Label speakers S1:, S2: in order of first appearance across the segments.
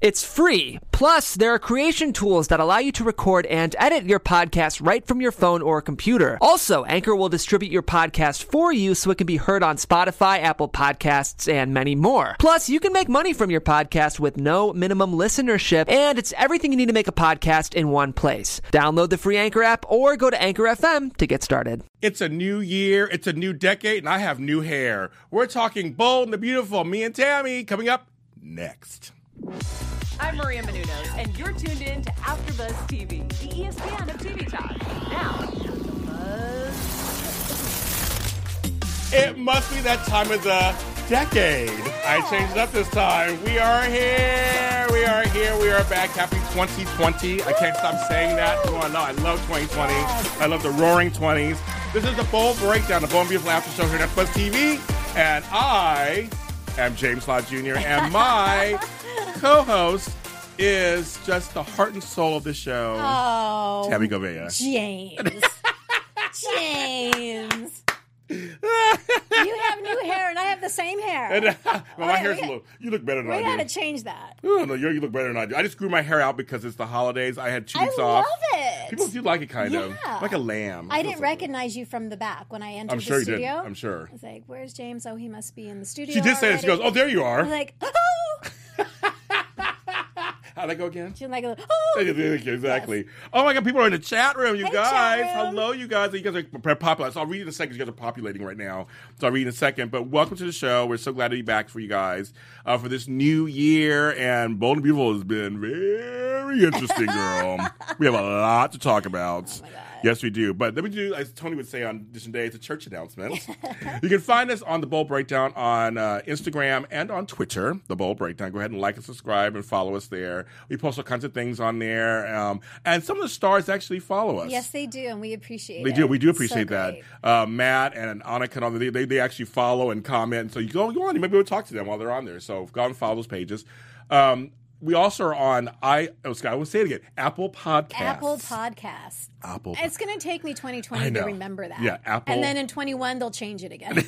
S1: It's free. Plus, there are creation tools that allow you to record and edit your podcast right from your phone or computer. Also, Anchor will distribute your podcast for you so it can be heard on Spotify, Apple Podcasts, and many more. Plus, you can make money from your podcast with no minimum listenership, and it's everything you need to make a podcast in one place. Download the free Anchor app or go to Anchor FM to get started.
S2: It's a new year, it's a new decade, and I have new hair. We're talking bold and the beautiful. Me and Tammy coming up next.
S3: I'm Maria Menounos, and you're tuned in to AfterBuzz TV, the E ESPN of TV talk. Now,
S2: It must be that time of the decade. I changed it up this time. We are here. We are here. We are back. Happy 2020. I can't stop saying that. Come on, no, I love 2020. I love the roaring 20s. This is the Bold Breakdown, the Bold and Beautiful After Show here at Buzz TV. And I am James Law Jr. And my co-host is just the heart and soul of the show,
S4: Oh,
S2: Tammy Govea.
S4: James. James. you have new hair and I have the same
S2: And,
S4: hair.
S2: well, my
S4: Wait,
S2: hair's a
S4: we-
S2: little. You look better than
S4: We
S2: I do.
S4: gotta change that.
S2: Oh, no, you you look better than I do. I just grew my hair out because it's the holidays. I had two
S4: I
S2: weeks
S4: love
S2: off.
S4: it.
S2: People do like it, kind of
S4: Yeah.
S2: like a lamb.
S4: I
S2: It feels
S4: didn't
S2: like-
S4: recognize you from the back when I entered
S2: I'm sure
S4: the
S2: you did.
S4: studio.
S2: I'm sure.
S4: I was like, "Where's James? Oh, he must be in the studio."
S2: She did say that. She goes, "Oh,
S4: already."
S2: there you
S4: I'm
S2: are."
S4: like, "Oh."
S2: How'd that go again?
S4: She's like, "Oh."
S2: exactly. Oh my God, people are in the chat room, you
S4: Hey, chat
S2: guys.
S4: room.
S2: Hello, you guys. You guys are p- popular. So I'll read in a second. You guys are populating right now. So I'll read in a second. But welcome to the show. We're so glad to be back for you guys uh, for this new year. And Bold and Beautiful has been very interesting, girl. we have a lot to talk about. Yes, we do. But let me do, as Tony would say on Edition Day, it's a church announcement. you can find us on The Bold Breakdown on uh, Instagram and on Twitter, The Bold Breakdown. Go ahead and like and subscribe and follow us there. We post all kinds of things on there. Um, and some of the stars actually follow us.
S4: Yes, they do, and we appreciate
S2: They
S4: it.
S2: do. We do
S4: It's so
S2: appreciate that.
S4: great.
S2: Uh, Matt and Annika and all they, they they actually follow and comment. So you go go on. Maybe we'll talk to them while they're on there. So go and follow those pages. Um, we also are on I. Oh, Scott, I will say it again. Apple Podcasts.
S4: Apple Podcasts.
S2: Apple.
S4: It's going to take me
S2: I
S4: 2020 to
S2: know.
S4: remember that.
S2: Yeah, Apple-
S4: And then in 21 they'll change it again.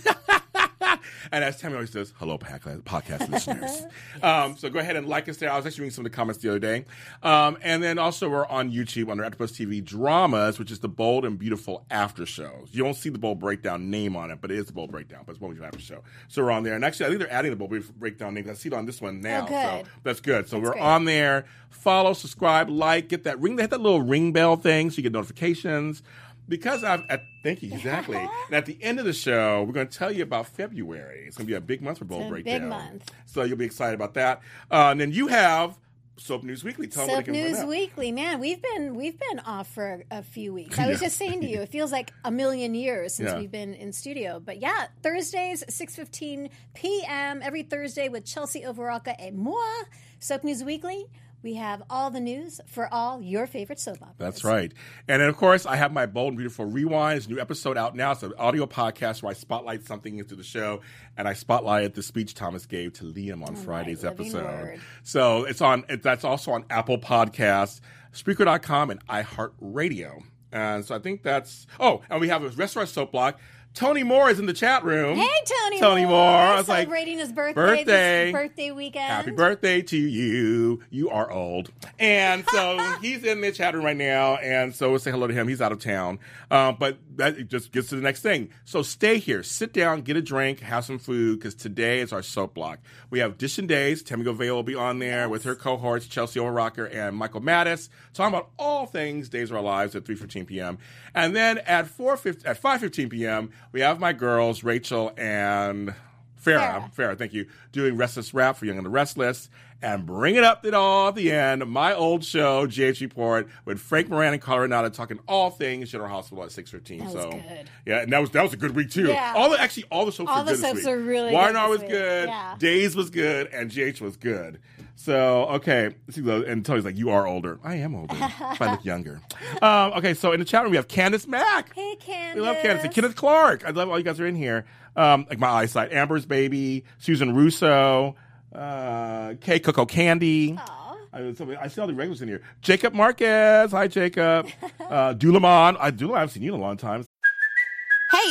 S2: and as Tammy always does, hello, podcast podcast listeners. Um, so go ahead and like us there. I was actually reading some of the comments the other day. Um, and then also we're on YouTube under AfterBuzz TV Dramas, which is the bold and beautiful after shows. You don't see the bold breakdown name on it, but it is the bold breakdown. But it's one with after show. So we're on there. And actually, I think they're adding the bold Brief- breakdown name. 'cause I see it on this one now.
S4: Oh, good.
S2: So that's good. So we're
S4: great.
S2: on there. Follow, subscribe, like, get that ring. Hit that little ring bell thing so you get notifications. Because I've, at, thank you, exactly. and at the end of the show, we're going to tell you about February. It's going to be a big month for Bold
S4: a big
S2: Breakdown.
S4: month.
S2: So you'll be excited about that. Uh, and then you have Soap News Weekly. Tell them
S4: Soap
S2: what they can
S4: News
S2: find out.
S4: Weekly, man, we've been we've been off for a, a few weeks. I was just saying to you, it feels like a million years since
S2: Yeah.
S4: we've been in studio. But yeah, Thursdays, six fifteen p.m. every Thursday with Chelsea Overalka and moi. Soap News Weekly. We have all the news for all your favorite soap operas.
S2: That's right. And then, of course, I have my Bold and Beautiful Rewind. It's a new episode out now. It's an audio podcast where I spotlight something into the show, and I spotlighted the speech Thomas gave to Liam on Friday's
S4: living
S2: episode.
S4: word.
S2: So it's on. It, that's also on Apple Podcasts, Spreaker.com, and iHeartRadio. And so I think that's. Oh, and we have a restaurant soap block. Tony Moore is in the chat room.
S4: Hey, Tony.
S2: Tony Moore. I was like,
S4: celebrating his birthday.
S2: birthday.
S4: This birthday weekend.
S2: Happy birthday to you. You are old. And so he's in the chat room right now. And so we'll say hello to him. He's out of town. Um, but that it just gets to the next thing. So stay here, sit down, get a drink, have some food, because today is our soap block. We have Dish and Days. Tammy Govea will be on there with her cohorts, Chelsea Overrocker and Michael Mattis, talking about all things Days of Our Lives at 3.15 p.m. And then at, 4, at 5.15 p.m., we have my girls, Rachel and... Farah, Farah, thank you. Doing Restless Rap for Young and the Restless. And bringing up it all at the end, my old show, GH Report, with Frank Moran and Colorado talking all things General Hospital at 6.15.
S4: was
S2: so,
S4: good.
S2: Yeah, and that was that was a good week, too.
S4: Yeah.
S2: All the, Actually, all the soaps were
S4: All the
S2: good this
S4: soaps
S2: week.
S4: are really good
S2: Warner
S4: this
S2: was
S4: week.
S2: good,
S4: Yeah.
S2: Days was good, and GH was good. So, okay. See, though, And Tony's like, you are older. I am older, but I look younger. Um, okay, so in the chat room, we have Candace Mack.
S4: Hey, Candace.
S2: We love Candace. Kenneth Clark. I love all you guys are in here. Um, like my eyesight. Amber's baby. Susan Russo. Uh, Kay Coco Candy. I, somebody- I see all the regulars in here. Jacob Marquez. Hi, Jacob. uh, Dulamon. I, Dulamon, I haven't seen you in a long time.
S5: Hey,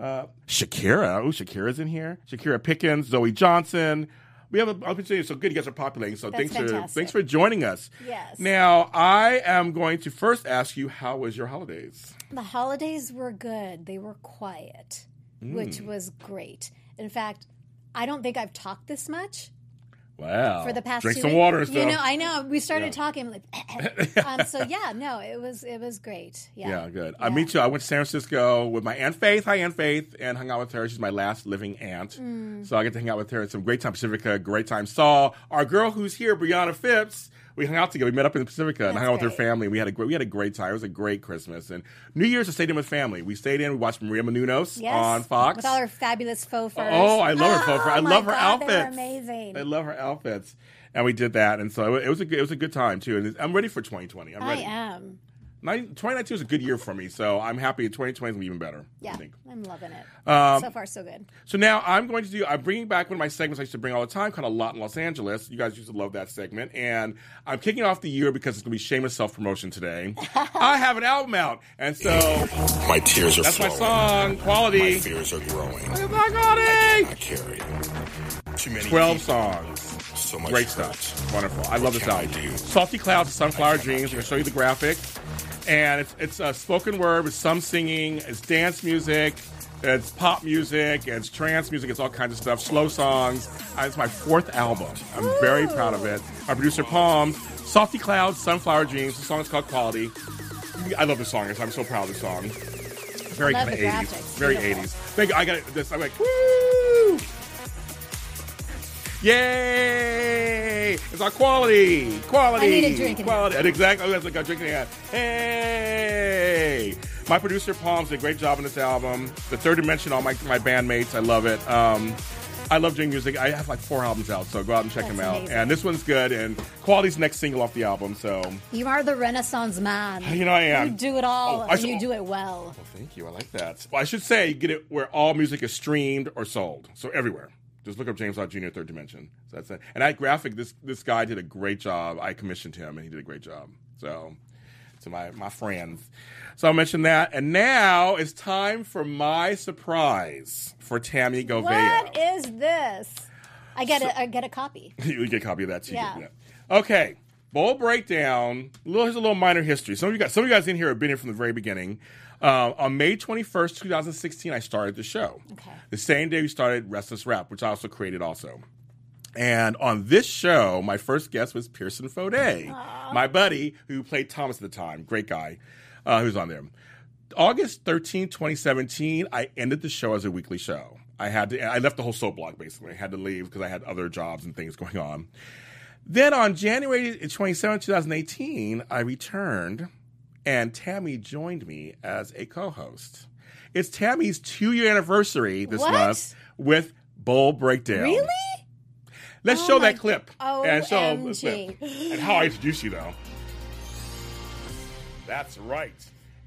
S2: Uh, Shakira. Oh, Shakira's in here. Shakira Pickens, Zoe Johnson. We have an opportunity. So good you guys are populating. So
S4: That's
S2: thanks for
S4: fantastic.
S2: thanks for joining us.
S4: Yes.
S2: Now I am going to first ask you how was your holidays?
S4: The holidays were good. They were quiet, which
S2: Mm.
S4: was great. In fact, I don't think I've talked this much
S2: Wow.
S4: for the past
S2: Oh, Drink
S4: two
S2: some
S4: weeks.
S2: water,
S4: You
S2: so.
S4: know, I know. We started talking like um, so yeah, no, it was it was great. Yeah.
S2: Yeah, good. I meet you. I went to San Francisco with my aunt Faith. Hi, Aunt Faith, and hung out with her. She's my last living aunt,
S4: Mm.
S2: so I get to hang out with her. It's some great time Pacifica, great time Saul. Our girl who's here, Brianna Phipps. We hung out together. We met up in Pacifica and hung out with her
S4: great.
S2: family. We had a great, we had a great time. It was a great Christmas and New Year's. I stayed in with family. We stayed in. We watched Maria Menounos
S4: Yes.
S2: on Fox.
S4: with all her fabulous faux furs.
S2: Oh, I love her
S4: Oh,
S2: faux fur. I
S4: my
S2: love her
S4: God,
S2: outfits.
S4: They were amazing.
S2: I love her outfits. And we did that, and so it was a good, it was a good time too. And I'm ready for 2020. I'm
S4: I
S2: ready.
S4: am.
S2: Nine- 2019 was a good year for me, so I'm happy. 2020 is gonna be even better.
S4: Yeah,
S2: I think.
S4: I'm loving it.
S2: Um,
S4: so far, so good.
S2: So now I'm going to do. I'm bringing back one of my segments I used to bring all the time, kind of a lot in Los Angeles. You guys used to love that segment, and I'm kicking off the year because it's going to be shameless self promotion today. I have an album out, and so
S6: My tears are
S2: that's my
S6: flowing.
S2: song
S6: My
S2: quality.
S6: fears are growing.
S2: It's not quality.
S6: I carry too many.
S2: Twelve
S6: people,
S2: songs.
S6: So much
S2: Great
S6: hurt.
S2: stuff. Wonderful. I love this
S6: can I
S2: album.
S6: do?
S2: Salty Clouds, Sunflower Dreams. I'm going to show you the graphic. And it's, it's a spoken word with some singing, it's dance music, it's pop music, it's trance music, it's all kinds of stuff, slow songs. Uh, It's my fourth album. I'm very proud of it. My producer, Palm, Salty Clouds, Sunflower Dreams. The song is called Quality. I love this song. I'm so proud of this song. Very
S4: Love
S2: kind of
S4: the
S2: 80s.
S4: graphics.
S2: Very
S4: Beautiful.
S2: 80s. Thank you. I got this. I'm like, woo! Yay! It's our quality, quality,
S4: I need a drink in
S2: quality. Exactly, that's like a drink in hand. Hey! My producer Palms did a great job on this album. The Third Dimension, all my my bandmates, I love it. Um, I love doing music. I have like four albums out, so go out and check
S4: That's
S2: them out.
S4: amazing.
S2: And this one's good. And Quality's the next single off the album, so
S4: You are the Renaissance man.
S2: you know I am.
S4: You do it all,
S2: Oh, I
S4: and
S2: saw-
S4: you do it well.
S2: Well, thank you. I like that. Well, I should say you get it where all music is streamed or sold. So everywhere. Just look up James Lott Jr. Third Dimension. So that's it. And I graphic this this guy did a great job. I commissioned him and he did a great job. So to my my friends. So I mentioned that. And now it's time for my surprise for Tammy Govea.
S4: What is this? I get a I get a copy.
S2: you get a copy of that too.
S4: Yeah.
S2: Yeah. Okay. Bowl breakdown. Little here's a little minor history. Some of you guys, some of you guys in here have been here from the very beginning. Uh, on May 21st, 2016, I started the show.
S4: Okay.
S2: The same day we started Restless Rap, which I also created also. And on this show, my first guest was Pearson Fode, my buddy who played Thomas at the time, great guy, uh, who's on there. August 13, 2017, I ended the show as a weekly show. I had to, I left the whole soap block basically. I had to leave because I had other jobs and things going on. Then on January 27, 2018, I returned and Tammy joined me as a co host. It's Tammy's two year anniversary this
S4: What?
S2: month with Bowl Breakdown.
S4: Really?
S2: Let's
S4: Oh
S2: show
S4: my-
S2: that clip. the
S4: OMG.
S2: clip. And how I introduce you, though. That's right.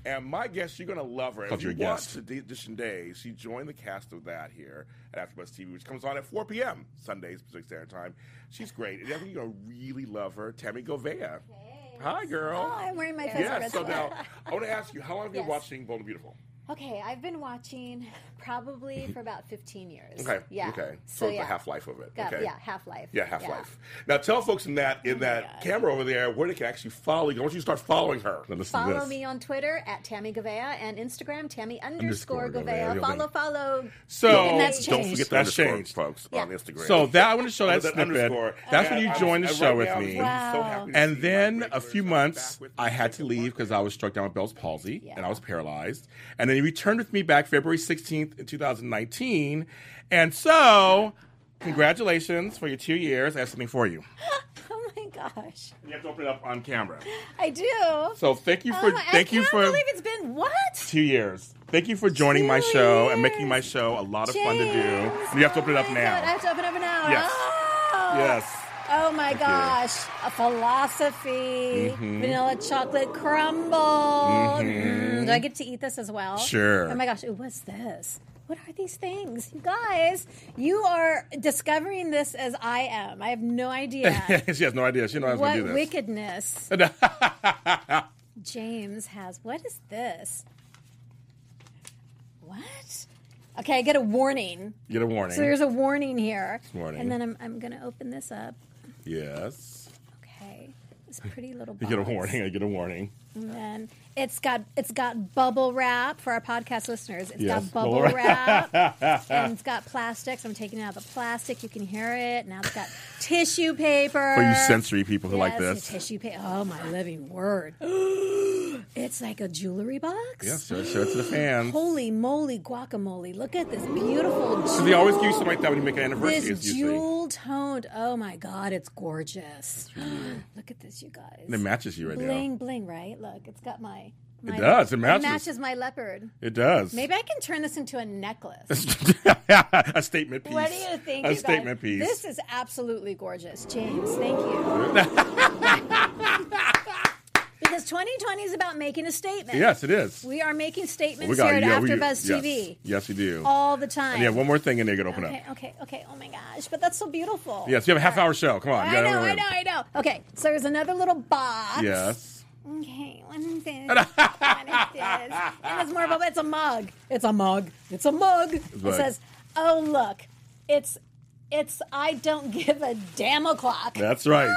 S2: And my guest, you're going to love her.
S7: Love
S2: If you
S7: your
S2: watch
S7: guest.
S2: the D- Edition Day, she joined the cast of that here at AfterBuzz TV, which comes on at 4 p.m. Sundays Pacific Standard Time. She's great. And I think you're going to really love her. Tammy Govea. Hi, girl.
S4: Oh, I'm wearing my favorite.
S2: yeah, so
S4: sweater.
S2: now I want to ask you, how long have you been
S4: Yes.
S2: watching Bold and Beautiful?
S4: Okay, I've been watching probably for about 15 years.
S2: Okay.
S4: Yeah.
S2: Okay.
S4: So,
S2: So, it's
S4: yeah.
S2: the half life of it.
S4: Got-
S2: okay.
S4: Yeah, half Oh life.
S2: Yeah, Half Life. Now tell folks in that in that camera over there where they can actually follow you. I want you to start following her. Now listen
S4: Follow me on Twitter at Tammy Gavea and Instagram Tammy underscore
S2: Underscore Gouveia.
S4: Gavea. Follow, follow.
S2: So
S4: And that's
S2: don't
S4: changed.
S2: forget the
S7: That's
S2: underscore,
S7: changed.
S2: folks
S4: Yeah.
S2: on Instagram.
S7: So
S2: that I want to show
S7: that snippet.
S2: That's when you joined the show with me.
S4: Wow.
S2: And then a few months, I had to leave because I was struck down with Bell's palsy and I was paralyzed. And then he returned with me back February 16th, in 2019. And so, congratulations for your two years. I have something for you.
S4: Oh my gosh,
S2: You have to open it up on camera.
S4: I do.
S2: So thank you for
S4: Oh, I
S2: thank you
S4: can't
S2: for
S4: believe it's been what?
S2: two years. Thank you for joining my
S4: Two
S2: show and
S4: years.
S2: making my show a lot of fun to
S4: James,
S2: do. You have to open it up
S4: oh my God, I
S2: now.
S4: have to open it up now.
S2: Yes.
S4: Oh.
S2: Yes.
S4: Oh my
S2: you. Mm-hmm.
S4: gosh, a philosophy, vanilla chocolate crumble. Mm, do I get to eat this as well?
S2: Sure.
S4: Oh my gosh, ooh, what's this? What are these things? You guys, you are discovering this as I am. I have no idea
S2: she has no idea. She didn't know I was
S4: what
S2: gonna do this.
S4: wickedness James has. What is this? What? Okay, I get a warning.
S2: You Get a warning.
S4: So there's a warning here.
S2: Warning.
S4: And then I'm, I'm going to open this up.
S2: yes.
S4: Okay. This pretty little
S2: You get a
S4: box.
S2: warning. I get a warning.
S4: And then it's got it's got bubble wrap for our podcast listeners. It's
S2: Yes,
S4: got bubble
S2: bubble
S4: wrap. and it's got plastics. I'm taking it out of the plastic. You can hear it. Now it's got tissue paper.
S2: For you sensory people who like
S4: Yes,
S2: this.
S4: Tissue paper. Oh my living word. it's like a jewelry box.
S2: Yes, show, show it to the fans.
S4: Holy moly guacamole. Look at this beautiful
S2: So
S4: jewel.
S2: they always give you something like that when you make an anniversary.
S4: This
S2: It's usually.
S4: jewel toned. Oh my god, it's gorgeous. Look at this, you guys.
S2: It matches you right
S4: bling
S2: now.
S4: bling, right? Look, it's got my. my
S2: does, it matches.
S4: It matches my leopard.
S2: It does.
S4: Maybe I can turn this into a necklace.
S2: a statement piece.
S4: What do you think?
S2: A
S4: you guys?
S2: statement piece.
S4: This is absolutely gorgeous, James. Thank you. because 2020 is about making a statement.
S2: yes, it is.
S4: We are making statements
S2: We got
S4: here at
S2: yeah, we- yes.
S4: AfterBuzz TV
S2: Yes, we do.
S4: all the time.
S2: And you have one more thing in there you can open
S4: Okay,
S2: up.
S4: okay, okay. Oh my gosh, but that's so beautiful.
S2: Yes, you have a half hour show. Come on. you
S4: I
S2: gotta
S4: know, I
S2: hurry
S4: know,
S2: up.
S4: I know. Okay, so there's another little box.
S2: Yes.
S4: Okay, what is this? what is this? And it's more of a, it's a mug. It's a mug. It's a mug. It
S2: mug.
S4: says, oh, look, it's, it's, I don't give a damn o'clock.
S2: That's right.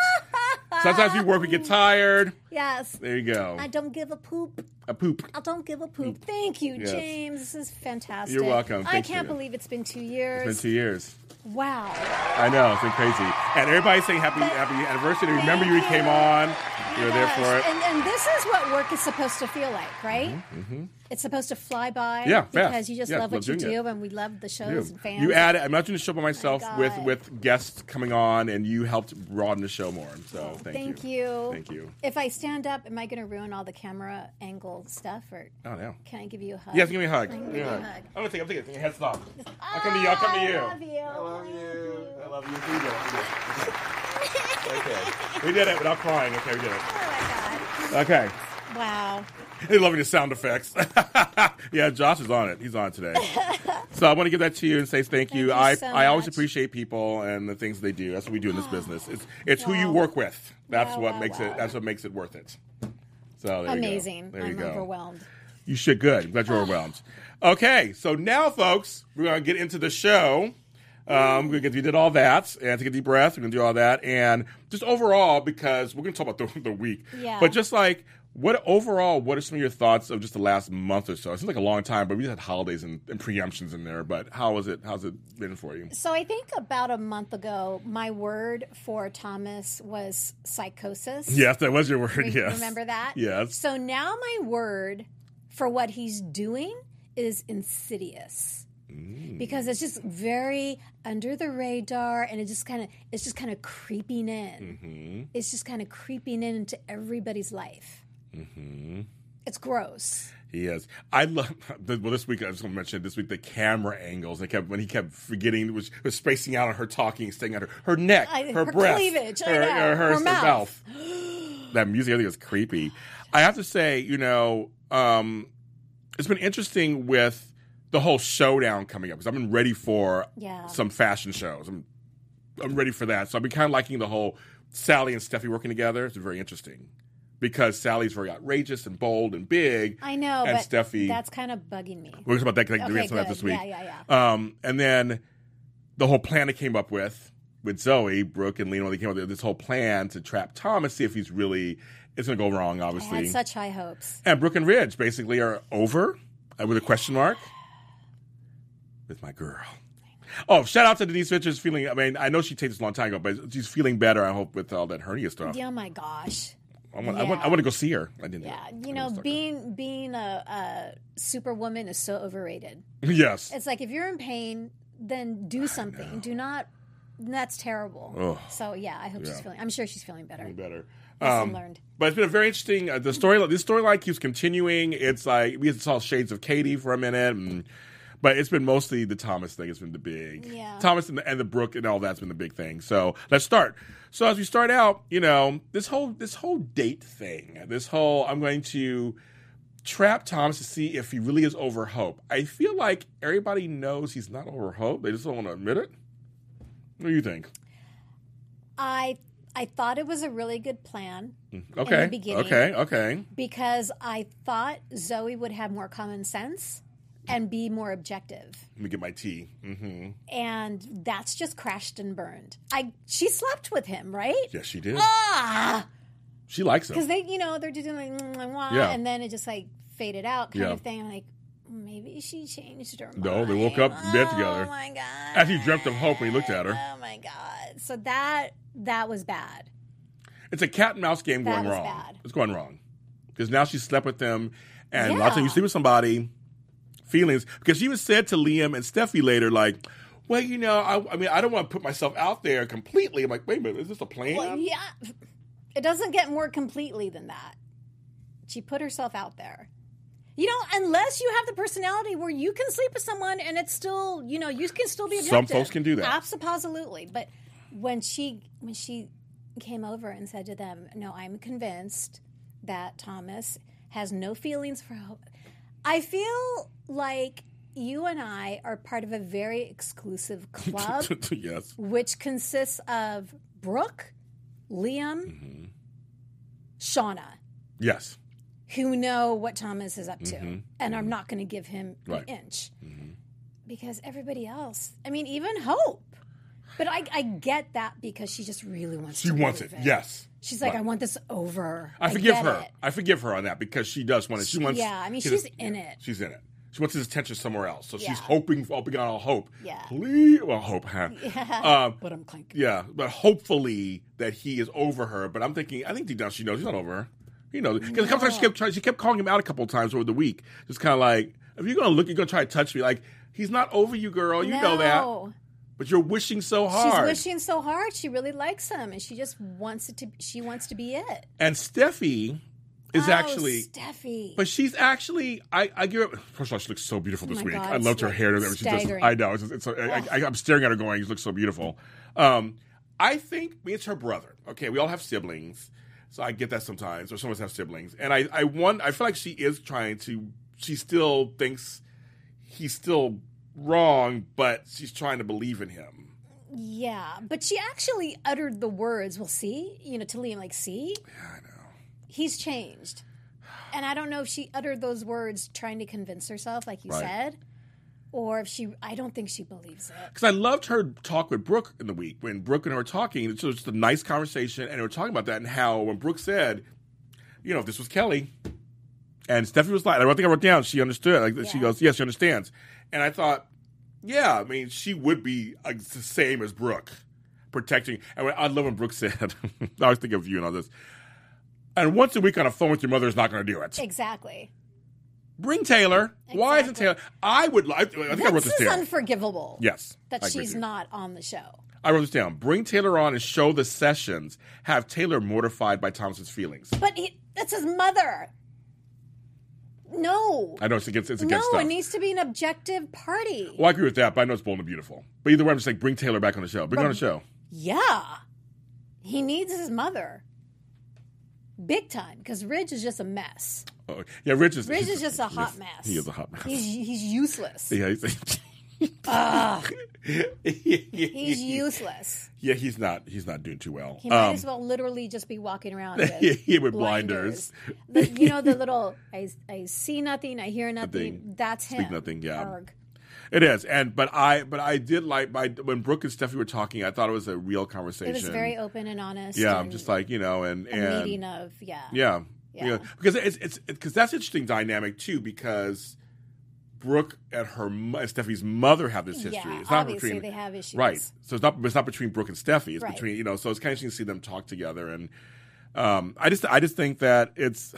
S2: Sometimes we work, we get tired.
S4: Yes.
S2: There you go.
S4: I don't give a poop.
S2: A poop.
S4: I don't give a poop. Thank you,
S2: Yes.
S4: James. This is fantastic.
S2: You're welcome.
S4: I
S2: Thank
S4: can't
S2: you.
S4: believe it's been two years.
S2: It's been two years.
S4: Wow.
S2: I know, it's been crazy. And everybody's saying happy happy anniversary. Remember you, we came on. You were there
S4: Gosh.
S2: for it. Mm-hmm,
S4: And, and this is what work is supposed to feel like, right? It's supposed to fly by.
S2: Yeah, fast.
S4: because you just
S2: Yeah,
S4: love
S2: love
S4: what you
S2: doing it.
S4: do, and we love the shows
S2: You.
S4: and fans. Oh
S2: You added. I'm not doing the show by myself with
S4: God.
S2: with guests coming on, and you helped broaden the show more. So thank,
S4: Oh, Thank you.
S2: Thank you.
S4: If I stand up, am I going to ruin all the camera angle stuff, or
S2: Oh no.
S4: can I give you a hug?
S2: You have to give me a hug.
S4: I can
S2: Give
S4: give
S2: me a hug.
S4: hug. Oh,
S2: I'm gonna take. I'm taking. Heads off. I'll come to you. I'll come to you.
S4: I love you.
S2: I love you. Here you go. okay. We did it without crying. Okay, we did
S4: Oh
S2: it.
S4: my
S2: Okay.
S4: God. Wow.
S2: They love the sound effects. yeah, Josh is on it. He's on it today. so I want to give that to you and say thank you.
S4: you
S2: I
S4: so
S2: I always
S4: much.
S2: appreciate people and the things they do. That's what we do in this business. It's it's who you
S4: Wow.
S2: work with. That's
S4: Wow,
S2: what
S4: wow,
S2: makes
S4: wow.
S2: it. That's what makes it worth it. So there You
S4: Amazing.
S2: go. There
S4: I'm
S2: you go.
S4: overwhelmed.
S2: You should. Good. I'm glad
S4: Ah.
S2: you're overwhelmed. Okay, so now, folks, we're gonna get into the show. Um, we get, we did all that, and take a deep breath. We're gonna do all that, and just overall, because we're gonna talk about the, the week.
S4: Yeah.
S2: But just like what overall, what are some of your thoughts of just the last month or so? It seems like a long time, but we just had holidays and, and preemptions in there. But how is it? How's it been for you?
S4: So I think about a month ago, my word for Thomas was psychosis.
S2: Yes, that was your word.
S4: Re-
S2: yes.
S4: Remember that?
S2: Yes.
S4: So now my word for what he's doing is insidious.
S2: Mm.
S4: Because it's just very under the radar and it just kind of it's just kind of creeping in.
S2: Mm-hmm.
S4: It's just kind of creeping in into everybody's life.
S2: Mm-hmm.
S4: It's gross.
S2: He is. I love. the- Well, this week I was going to mention this week the camera angles. They kept when he kept forgetting was was spacing out on her talking, staying on her her neck,
S4: I-
S2: her,
S4: her
S2: breath,
S4: cleavage, I
S2: her,
S4: know,
S2: her, her,
S4: her mouth.
S2: that music I think is creepy. I have to say, you know, um, it's been interesting with the whole showdown coming up because I've been ready for
S4: Yeah.
S2: some fashion shows. I'm I'm ready for that. So I've been kind of liking the whole Sally and Steffi working together. It's very interesting because Sally's very outrageous and bold and big.
S4: I know,
S2: and
S4: but
S2: Steffi.
S4: that's kind of bugging me.
S2: We're talking about that.
S4: Okay,
S2: we have some of that
S4: good.
S2: this week.
S4: Yeah, yeah,
S2: Um, and then the whole plan it came up with with Zoe, Brooke, and Lena. They came up with this whole plan to trap Thomas, see if he's really. It's going to go wrong,
S4: I
S2: obviously.
S4: had such high hopes.
S2: and Brooke and Ridge basically are over uh, with a question mark with my girl. Oh, shout out to Denise Richards feeling. I mean, I know she taped this a long time ago, but she's feeling better. I hope with all that hernia stuff.
S4: Oh my gosh.
S2: I want. I want.
S4: yeah.
S2: I want to go see her. I didn't.
S4: Yeah,
S2: I
S4: you
S2: didn't
S4: know,
S2: suck her.
S4: being being a, a superwoman is so overrated.
S2: yes.
S4: It's like if you're in pain, then do something. Do not that's terrible. So yeah, I hope she's
S2: Yeah.
S4: feeling. I'm sure she's feeling better.
S2: better. Um,
S4: Lesson learned.
S2: But it's been a very interesting. Uh, the storyline, this storyline keeps continuing. It's like we saw shades of Katie for a minute, and, but it's been mostly the Thomas thing. It's been the big
S4: Yeah.
S2: Thomas and the, and the Brooke and all that's been the big thing. So let's start. So as we start out, you know this whole this whole date thing. This whole I'm going to trap Thomas to see if he really is over hope. I feel like everybody knows he's not over hope. They just don't want to admit it. What do you think?
S4: I I thought it was a really good plan
S2: Okay.
S4: beginning.
S2: okay. Okay.
S4: because I thought Zoe would have more common sense and be more objective.
S2: Let me get my tea. Mm-hmm.
S4: And that's just crashed and burned. I she slept with him, right?
S2: Yes, she did.
S4: Ah,
S2: She likes him.
S4: because they, you know, they're just doing like, "Mm, mwah, mwah,"
S2: Yeah.
S4: and then it just like faded out kind
S2: Yeah.
S4: of thing. I'm like, maybe she changed her mind.
S2: No, they wowoke up in bed together.
S4: Oh my god!
S2: As he dreamt of hope when he looked at her.
S4: Oh my god! So that that was bad.
S2: It's a cat and mouse game
S4: That
S2: going
S4: was
S2: wrong.
S4: bad.
S2: It's going wrong. Because now she slept with them, and lots of
S4: Yeah.
S2: you sleep with somebody, feelings. Because she was said to Liam and Steffi later, like, well, you know, I, I mean, I don't want to put myself out there completely. I'm like, wait a minute, is this a plan?
S4: Well, yeah, it doesn't get more completely than that. She put herself out there. You know, unless you have the personality where you can sleep with someone and it's still, you know, you can still be
S2: Some
S4: objective.
S2: folks can do that.
S4: Abs- Absolutely, but when she when she came over and said to them, "No, I'm convinced that Thomas has no feelings for hope." I feel like you and I are part of a very exclusive club
S2: yes.
S4: which consists of Brooke, Liam, Shauna,
S2: Yes.
S4: who know what Thomas is up to and are not going to give him
S2: Mm-hmm. Right. Mm-hmm.
S4: an inch. Because everybody else, I mean, even Hope. But I, I get that because she just really wants
S2: She
S4: to
S2: wants it.
S4: prove
S2: Yes.
S4: She's like,
S2: Right.
S4: I want this over.
S2: I forgive
S4: get
S2: her.
S4: it."
S2: I forgive her on that because she does want it. She wants.
S4: yeah, I mean,
S2: she
S4: she's
S2: does-
S4: in
S2: yeah,
S4: it.
S2: She's in it. She wants his attention somewhere else, so
S4: Yeah.
S2: she's hoping, hoping on all hope.
S4: Yeah.
S2: Please, well, hope, huh? Yeah. Um,
S4: But I'm clank.
S2: yeah, but hopefully that he is over her. But I'm thinking, I think deep down she knows he's not over her. He knows because she kept trying, she kept calling him out a couple of times over the week, just kind of like, if you're gonna look, you're gonna try to touch me. Like he's not over you, girl. You know that,
S4: No.
S2: but you're wishing so
S4: She's
S2: hard.
S4: wishing so hard. She really likes him, and she just wants it to. She wants to be it.
S2: and Steffi is
S4: Oh,
S2: actually
S4: Steffi.
S2: But she's actually, I, I give her, first of all, she looks so beautiful
S4: Oh
S2: this
S4: my
S2: week.
S4: God,
S2: I
S4: it's
S2: loved her
S4: like
S2: hair and everything. She does,
S4: staggering.
S2: I know. It's, it's, I, I, I'm staring at her going, you look so beautiful. Um, I think I mean, it's her brother. Okay, we all have siblings. So I get that sometimes, or some of us have siblings. And I, I, want, I feel like she is trying to, she still thinks he's still wrong, but she's trying to believe in him.
S4: Yeah, but she actually uttered the words, well, see, you know, to Liam, like, see? Yeah, I know. He's changed. And I don't know if she uttered those words trying to convince herself, like you
S2: Right.
S4: said, or if she, I don't think she believes it.
S2: because I loved her talk with Brooke in the week when Brooke and her were talking. It was just a nice conversation, and they were talking about that and how when Brooke said, "You know, if this was Kelly," and Stephanie was like, "I think I wrote down she understood." Like she goes, "Yes, she understands," and I thought, "Yeah, I mean, she would be uh, the same as Brooke, protecting." And when, I love when Brooke said, "I always think of you and all this." And once a week on a phone with your mother is not going to do it.
S4: Exactly.
S2: Bring Taylor. Why isn't Taylor? I would like. I think I wrote
S4: This
S2: this
S4: is
S2: down.
S4: unforgivable.
S2: Yes,
S4: That
S2: I agree
S4: she's
S2: with you.
S4: not on the show.
S2: I wrote this down. Bring Taylor on and show the sessions. Have Taylor mortified by Thompson's feelings.
S4: But he, that's his mother. No.
S2: I know it's against it's
S4: No,
S2: against
S4: it
S2: stuff.
S4: needs to be an objective party.
S2: well, I agree with that, but I know it's bold and beautiful. But either way, I'm just like bring Taylor back on the show. Bring her on the show.
S4: Yeah. He needs his mother. Big time, because Ridge is just a mess.
S2: Oh, yeah, Rich is.
S4: Ridge
S2: he's-
S4: is just a hot
S2: yes,
S4: mess.
S2: He is a hot mess.
S4: He's, he's useless.
S2: yeah, he's,
S4: He's useless.
S2: yeah, he's not. He's not doing too well. Um,
S4: He might as well literally just be walking around with,
S2: yeah, with blinders.
S4: The- you know, the little, I, I see nothing, I hear nothing.
S2: Nothing.
S4: That's him.
S2: Speak nothing, yeah.
S4: Arg.
S2: It is, and but I but I did like my when Brooke and Steffi were talking. I thought it was a real
S4: It
S2: conversation.
S4: was very open and honest.
S2: yeah, I'm
S4: and
S2: just like you know, and
S4: a
S2: and
S4: meeting of, yeah.
S2: Yeah.
S4: Yeah.
S2: Yeah. Because it's it's because that's interesting dynamic too because Brooke and her mo- and Steffi's mother have this history.
S4: Yeah,
S2: it's not
S4: obviously
S2: between,
S4: they have issues.
S2: Right. So it's not it's not between Brooke and Steffi. It's
S4: Right.
S2: between you know. So it's kind of interesting to see them talk together. And um, I just I just think that it's.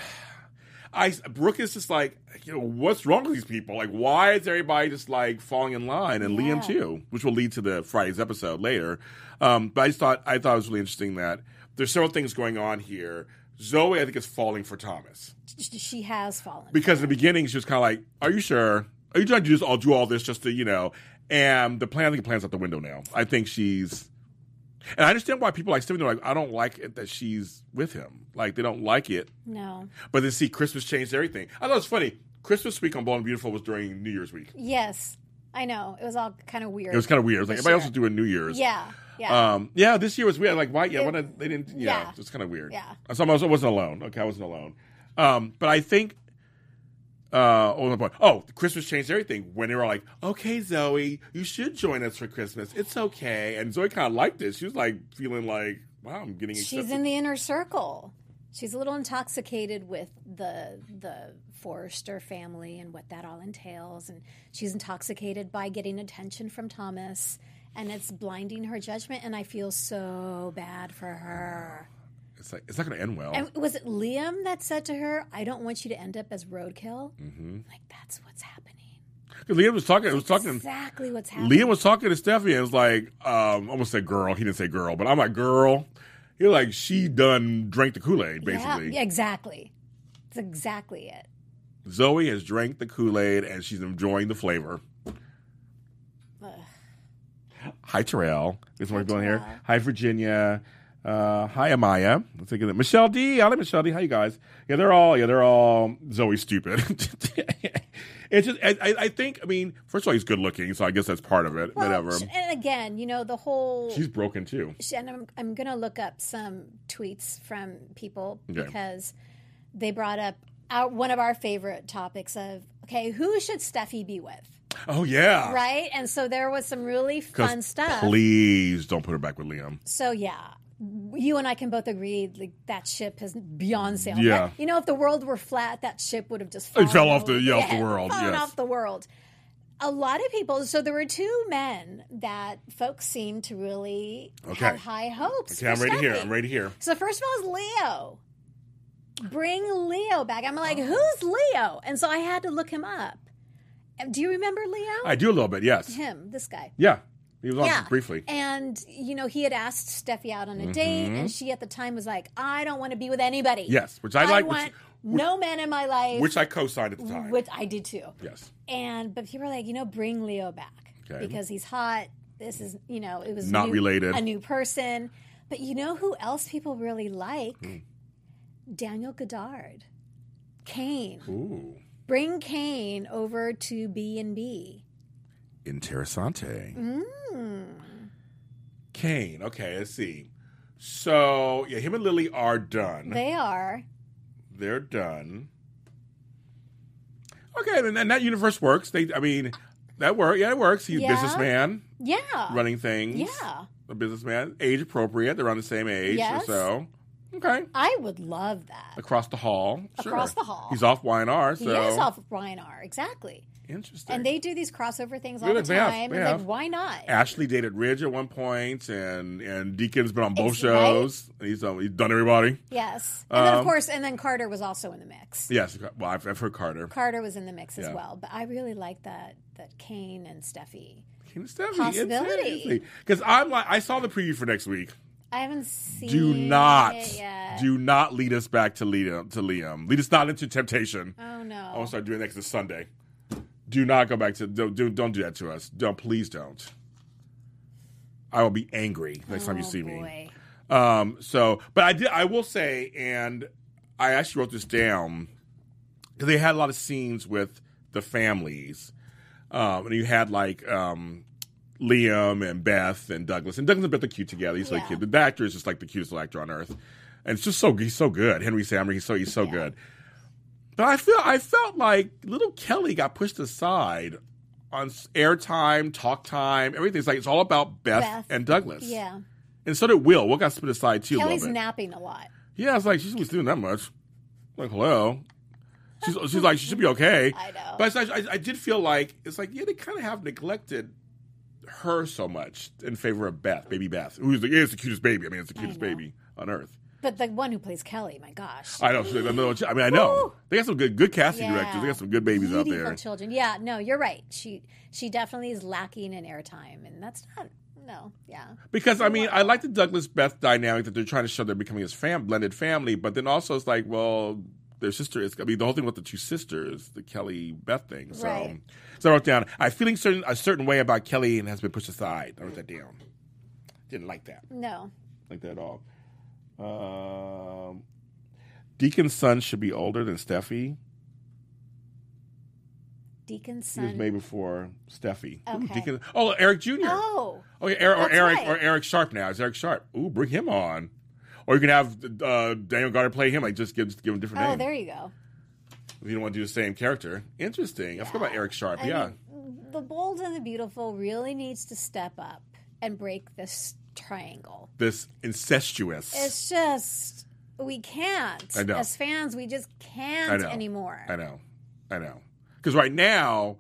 S2: I Brooke is just like, you know, what's wrong with these people? Like, why is everybody just like falling in line? And Liam too, which will lead to the Friday's episode later. Um, but I just thought I thought it was really interesting that there's several things going on here. Zoe, I think, is falling for Thomas
S4: Sh- She has fallen.
S2: because in the beginning she was kind of like, "Are you sure? Are you trying to do this? I'll do all this just to you know." And the plan, I think, the plan's out the window now. I think she's, and I understand why people like Stephanie. Like, I don't like it that she's with him. Like, they don't like it.
S4: no.
S2: But then see, Christmas changed everything. I thought it was funny. Christmas week on Bold and Beautiful was during New Year's week.
S4: Yes, I know. It was all kind of weird.
S2: It was kind of weird. It was like everybody else was doing New Year's.
S4: Yeah. Yeah.
S2: Um, yeah, this year was weird. Like, why? Yeah, why not, they didn't. Yeah,
S4: yeah.
S2: it's kind of weird. Uh,
S4: Yeah.
S2: So I was- I wasn't alone. Okay, I wasn't alone. Um, but I think. Uh, oh, my boy. oh, Christmas changed everything when they were like, okay, Zoe, you should join us for Christmas. It's okay. And Zoe kind of liked this. She was like feeling like, wow, I'm getting accepted.
S4: She's in the inner circle. She's a little intoxicated with the the Forrester family and what that all entails, and she's intoxicated by getting attention from Thomas, and it's blinding her judgment. And I feel so bad for her.
S2: it's like, it's not going to end well.
S4: And was it Liam that said to her, "I don't want you to end up as roadkill"? Mm-hmm. Like that's what's happening.
S2: 'Cause Liam was talking, was talking,
S4: Exactly what's happening.
S2: Liam was talking to Stephanie and was like, um, I almost said girl. He didn't say girl, but I'm like, girl. You're like, she done drank the Kool Aid,
S4: Yeah,
S2: basically.
S4: yeah, exactly. That's exactly it.
S2: Zoe has drank the Kool Aid and she's enjoying the flavor. Hi, Terrell. This is what we're doing here. Hi, Virginia. Uh, hi, Amaya. Let's take it. Michelle D. Hi, Michelle D. How you guys? Yeah, they're all. Yeah, they're all Zoe stupid. it's just. I, I I think. I mean, first of all, he's good looking, so I guess that's part of it. Whatever.
S4: Sh- And again, you know, the whole.
S2: She's broken too.
S4: sh- and I'm, I'm going to look up some tweets from people
S2: Okay.
S4: because they brought up our, one of our favorite topics of, okay, who should Steffi be with?
S2: Oh yeah.
S4: Right? And so there was some really
S2: 'Cause
S4: fun stuff.
S2: Please don't put her back with Liam.
S4: So, yeah. You and I can both agree like that ship has beyond sailed.
S2: Yeah.
S4: That- you know, if the world were flat, that ship would have just
S2: It
S4: fallen
S2: fell off
S4: over-
S2: the- yeah, off the world,
S4: fallen
S2: yes.
S4: off the world. A lot of people. So there were two men that folks seemed to really
S2: Okay.
S4: have high hopes.
S2: Okay, I'm
S4: for
S2: ready here.
S4: Steffi.
S2: I'm ready here.
S4: So first of all is Leo. Bring Leo back. I'm like, who's Leo? And so I had to look him up. And Do you remember Leo?
S2: I do a little bit. Yes.
S4: him, this guy.
S2: Yeah. He was on briefly. Mm-hmm.
S4: And you know, he had asked Steffi out on a date, and she at the time was like, I don't want to be with anybody.
S2: Yes, which I like, which-
S4: want no men in my life.
S2: which I co-signed at the time.
S4: which I did too.
S2: yes.
S4: And but people were like, you know, bring Leo back
S2: Okay.
S4: because he's hot. This is, you know, it was
S2: Not
S4: new-
S2: related.
S4: a new person. But you know who else people really like?
S2: Hmm.
S4: Daniel Goddard, Kane.
S2: Ooh.
S4: Bring Kane over to B and B. Hmm.
S2: Interessante. Kane. Okay, let's see. So yeah, him and Lily are done.
S4: They are.
S2: They- are done. Okay, and, and that universe works. They, I mean, that work. Yeah, it works. He's a
S4: Yeah.
S2: businessman
S4: Yeah.
S2: running things.
S4: Yeah.
S2: a businessman, age appropriate. They're around the same age
S4: Yes.
S2: or so. Okay,
S4: I would love that.
S2: across the hall. Sure.
S4: Across the hall.
S2: He's off Y and R. So
S4: Yes, off of Brian R. Exactly.
S2: interesting.
S4: And they do these crossover things all
S2: Yeah,
S4: the
S2: they have,
S4: time.
S2: they
S4: and like,
S2: have.
S4: why not?
S2: Ashley dated Ridge at one point, and and Deacon's been on both
S4: Ex- right.
S2: shows. And He's um, he's done everybody.
S4: Yes. And then, of
S2: Um,
S4: course, and then Carter was also in the mix.
S2: Yes, well, I've, I've heard Carter.
S4: Carter was in the mix as
S2: Yeah.
S4: well, but I really like that that Kane and Steffi.
S2: Can Steffi,
S4: Possibility.
S2: Because I'm like, I saw the preview for next week.
S4: I haven't seen.
S2: Do not,
S4: it yet.
S2: do not lead us back to Liam. To Liam, lead us not into temptation.
S4: Oh
S2: I want
S4: no!
S2: to start doing that 'cause it's Sunday. Do not go back to don't do, don't do that to us. Don't please don't. I will be angry next time you see me.
S4: Oh, boy.
S2: Um. So, but I did. I will say, and I actually wrote this down because they had a lot of scenes with the families, um, and you had like um, Liam and Beth and Douglas, and Douglas and Beth are cute together. He's like
S4: Yeah.
S2: cute. The actor is just like the cutest little actor on earth, and it's just so he's so good. Henry Sammer, he's so he's so good. But I feel I felt like little Kelly got pushed aside on s- airtime, talk time, everything. It's like it's all about Beth,
S4: Beth.
S2: and Douglas.
S4: Yeah,
S2: And so did Will. Will got split aside too a
S4: Kelly's
S2: little bit.
S4: napping a lot.
S2: yeah, it's like she's not doing that much. Like hello. She's, she's like she should be okay.
S4: I know.
S2: But it's, I, I did feel like it's like yeah they kind of have neglected her so much in favor of Beth, baby Beth, who's the, is the cutest baby. I mean, it's the cutest baby on earth.
S4: But the one who plays Kelly, my gosh.
S2: I don't. I, know, I mean, I know they got some good good casting directors. They got some good babies out
S4: Beautiful
S2: there.
S4: children. Yeah, no, you're right. She she definitely is lacking in airtime, and that's not no. Yeah,
S2: Because I mean, I like the Douglas Beth dynamic that they're trying to show they're becoming his fam blended family, but then also it's like, well, their sister is. I mean, the whole thing with the two sisters, the Kelly Beth thing. So,
S4: Right.
S2: so I wrote down. I'm feeling certain a certain way about Kelly and has been pushed aside. I wrote that down. Didn't like that.
S4: no.
S2: Like that at all. Um, Deacon's son should be older than Steffi.
S4: Deacon's
S2: He was
S4: son.
S2: made before Steffi. Ooh,
S4: Okay.
S2: Deacon. Oh, Eric Jr.
S4: Oh,
S2: Oh yeah, Eric, or
S4: That's
S2: Eric
S4: right.
S2: or Eric Sharp now. It's Eric Sharp. Ooh, bring him on. Or you can have uh, Daniel Goddard play him. Like just give just give him a different
S4: oh,
S2: name.
S4: there you go.
S2: If you don't want to do the same character. Interesting. I forgot about Eric Sharp.
S4: I
S2: yeah.
S4: mean, the bold and the beautiful really needs to step up and break this triangle.
S2: this incestuous.
S4: It's just we can't.
S2: I know.
S4: As fans, we just
S2: I
S4: can't
S2: know.
S4: anymore.
S2: I know. I know. Because right now,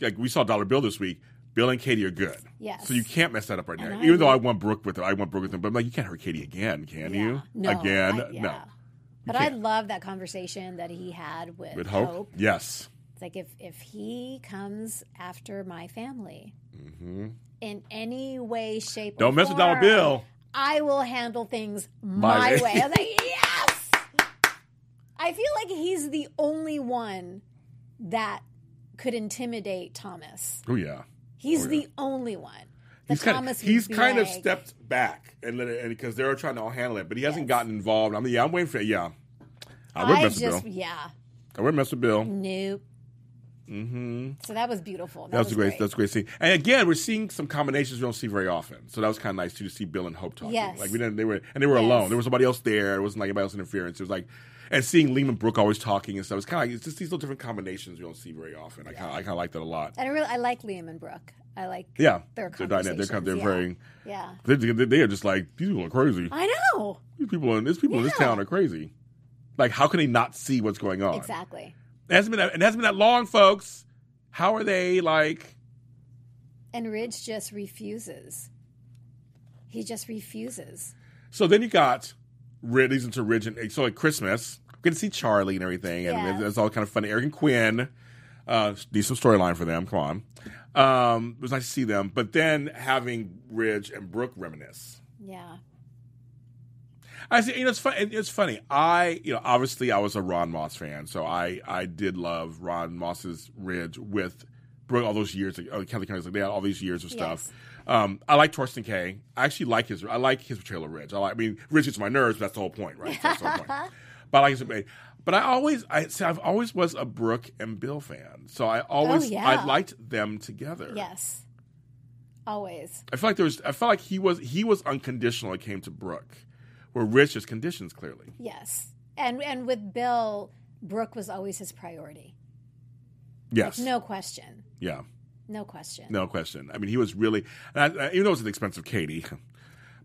S2: like we saw Dollar Bill this week. Bill and Katie are good.
S4: Yes.
S2: So you can't mess that up right now.
S4: And I-
S2: Even though I want Brooke with her, I want Brooke with them. But I'm like, you can't hurt Katie again, can you?
S4: No,
S2: again,
S4: I-
S2: no.
S4: yeah. But I
S2: can't.
S4: love that conversation that he had with,
S2: With hope, yes.
S4: It's like if if he comes after my family in any way, shape,
S2: Mm-hmm. Don't
S4: or
S2: mess with Dollar
S4: form,
S2: Bill.
S4: I will handle things
S2: My
S4: my,
S2: way.
S4: way. I was like, yes. I feel like he's the only one that could intimidate Thomas.
S2: Oh yeah.
S4: He's the only one. The
S2: he's kind of,
S4: Thomas would
S2: he's
S4: be
S2: kind of
S4: like,
S2: stepped back and let it because they're trying to all handle it, but he hasn't gotten involved. I mean, yeah, I'm waiting for yeah. I would
S4: I
S2: mess with
S4: just, Mm,
S2: Bill.
S4: yeah,
S2: I would mess with Bill.
S4: nope. Mm-hmm. So that was beautiful. That,
S2: That was a great.
S4: great.
S2: That's a great scene. And again, we're seeing some combinations we don't see very often. So that was kind of nice too to see Bill and Hope talking.
S4: Yes.
S2: Like we didn't. They were and they were
S4: Yes.
S2: alone. There was nobody else there. It wasn't like anybody else interference. It was like, and seeing Lehman Brooke always talking and stuff. It's kind of like it's just these little different combinations we don't see very often. I kind of I kind of like that a lot.
S4: And I really, I like Liam and Brooke. I like
S2: Yeah,
S4: their
S2: they're dynamic. They're kind-
S4: conversations.
S2: they're very.
S4: yeah. yeah.
S2: They, they, they are just like these people are crazy.
S4: I know
S2: These people in these people in this
S4: Yeah.
S2: town are crazy. Like, how can they not see what's going on?
S4: exactly.
S2: It hasn't been that, it hasn't been that long, folks. How are they like?
S4: And Ridge just refuses. He just refuses.
S2: So then you got Rid- leads into Ridge and so at Christmas we get to see Charlie and everything, and
S4: Yeah.
S2: it's, it's all kind of fun. Eric and Quinn, uh, decent storyline for them. Come on, um, it was nice to see them. But then having Ridge and Brooke reminisce.
S4: Yeah.
S2: I see. You know, it's fun. it- It's funny. I, you know, obviously I was a Ron Moss fan, so I, I did love Ron Moss's Ridge with Brooke all those years. Like, oh, Kelly County's like they had all these years of stuff.
S4: Yes.
S2: Um, I like Torsten K. I actually like his. I like his portrayal of Ridge. I, like, I mean, Ridge gets on my nerves. But that's the whole point, right? That's the whole point. But I like his. debate. But I always, I see, I've always was a Brooke and Bill fan, so I always,
S4: Oh, yeah.
S2: I liked them together.
S4: Yes. Always.
S2: I feel like there was, I felt like he was, he was unconditional. when It came to Brooke, where Rich is conditions clearly.
S4: Yes. And and with Bill, Brooke was always his priority.
S2: Yes.
S4: No question.
S2: Yeah,
S4: No question.
S2: no question. I mean, he was really, and I, I- even though it was an expensive Katie, but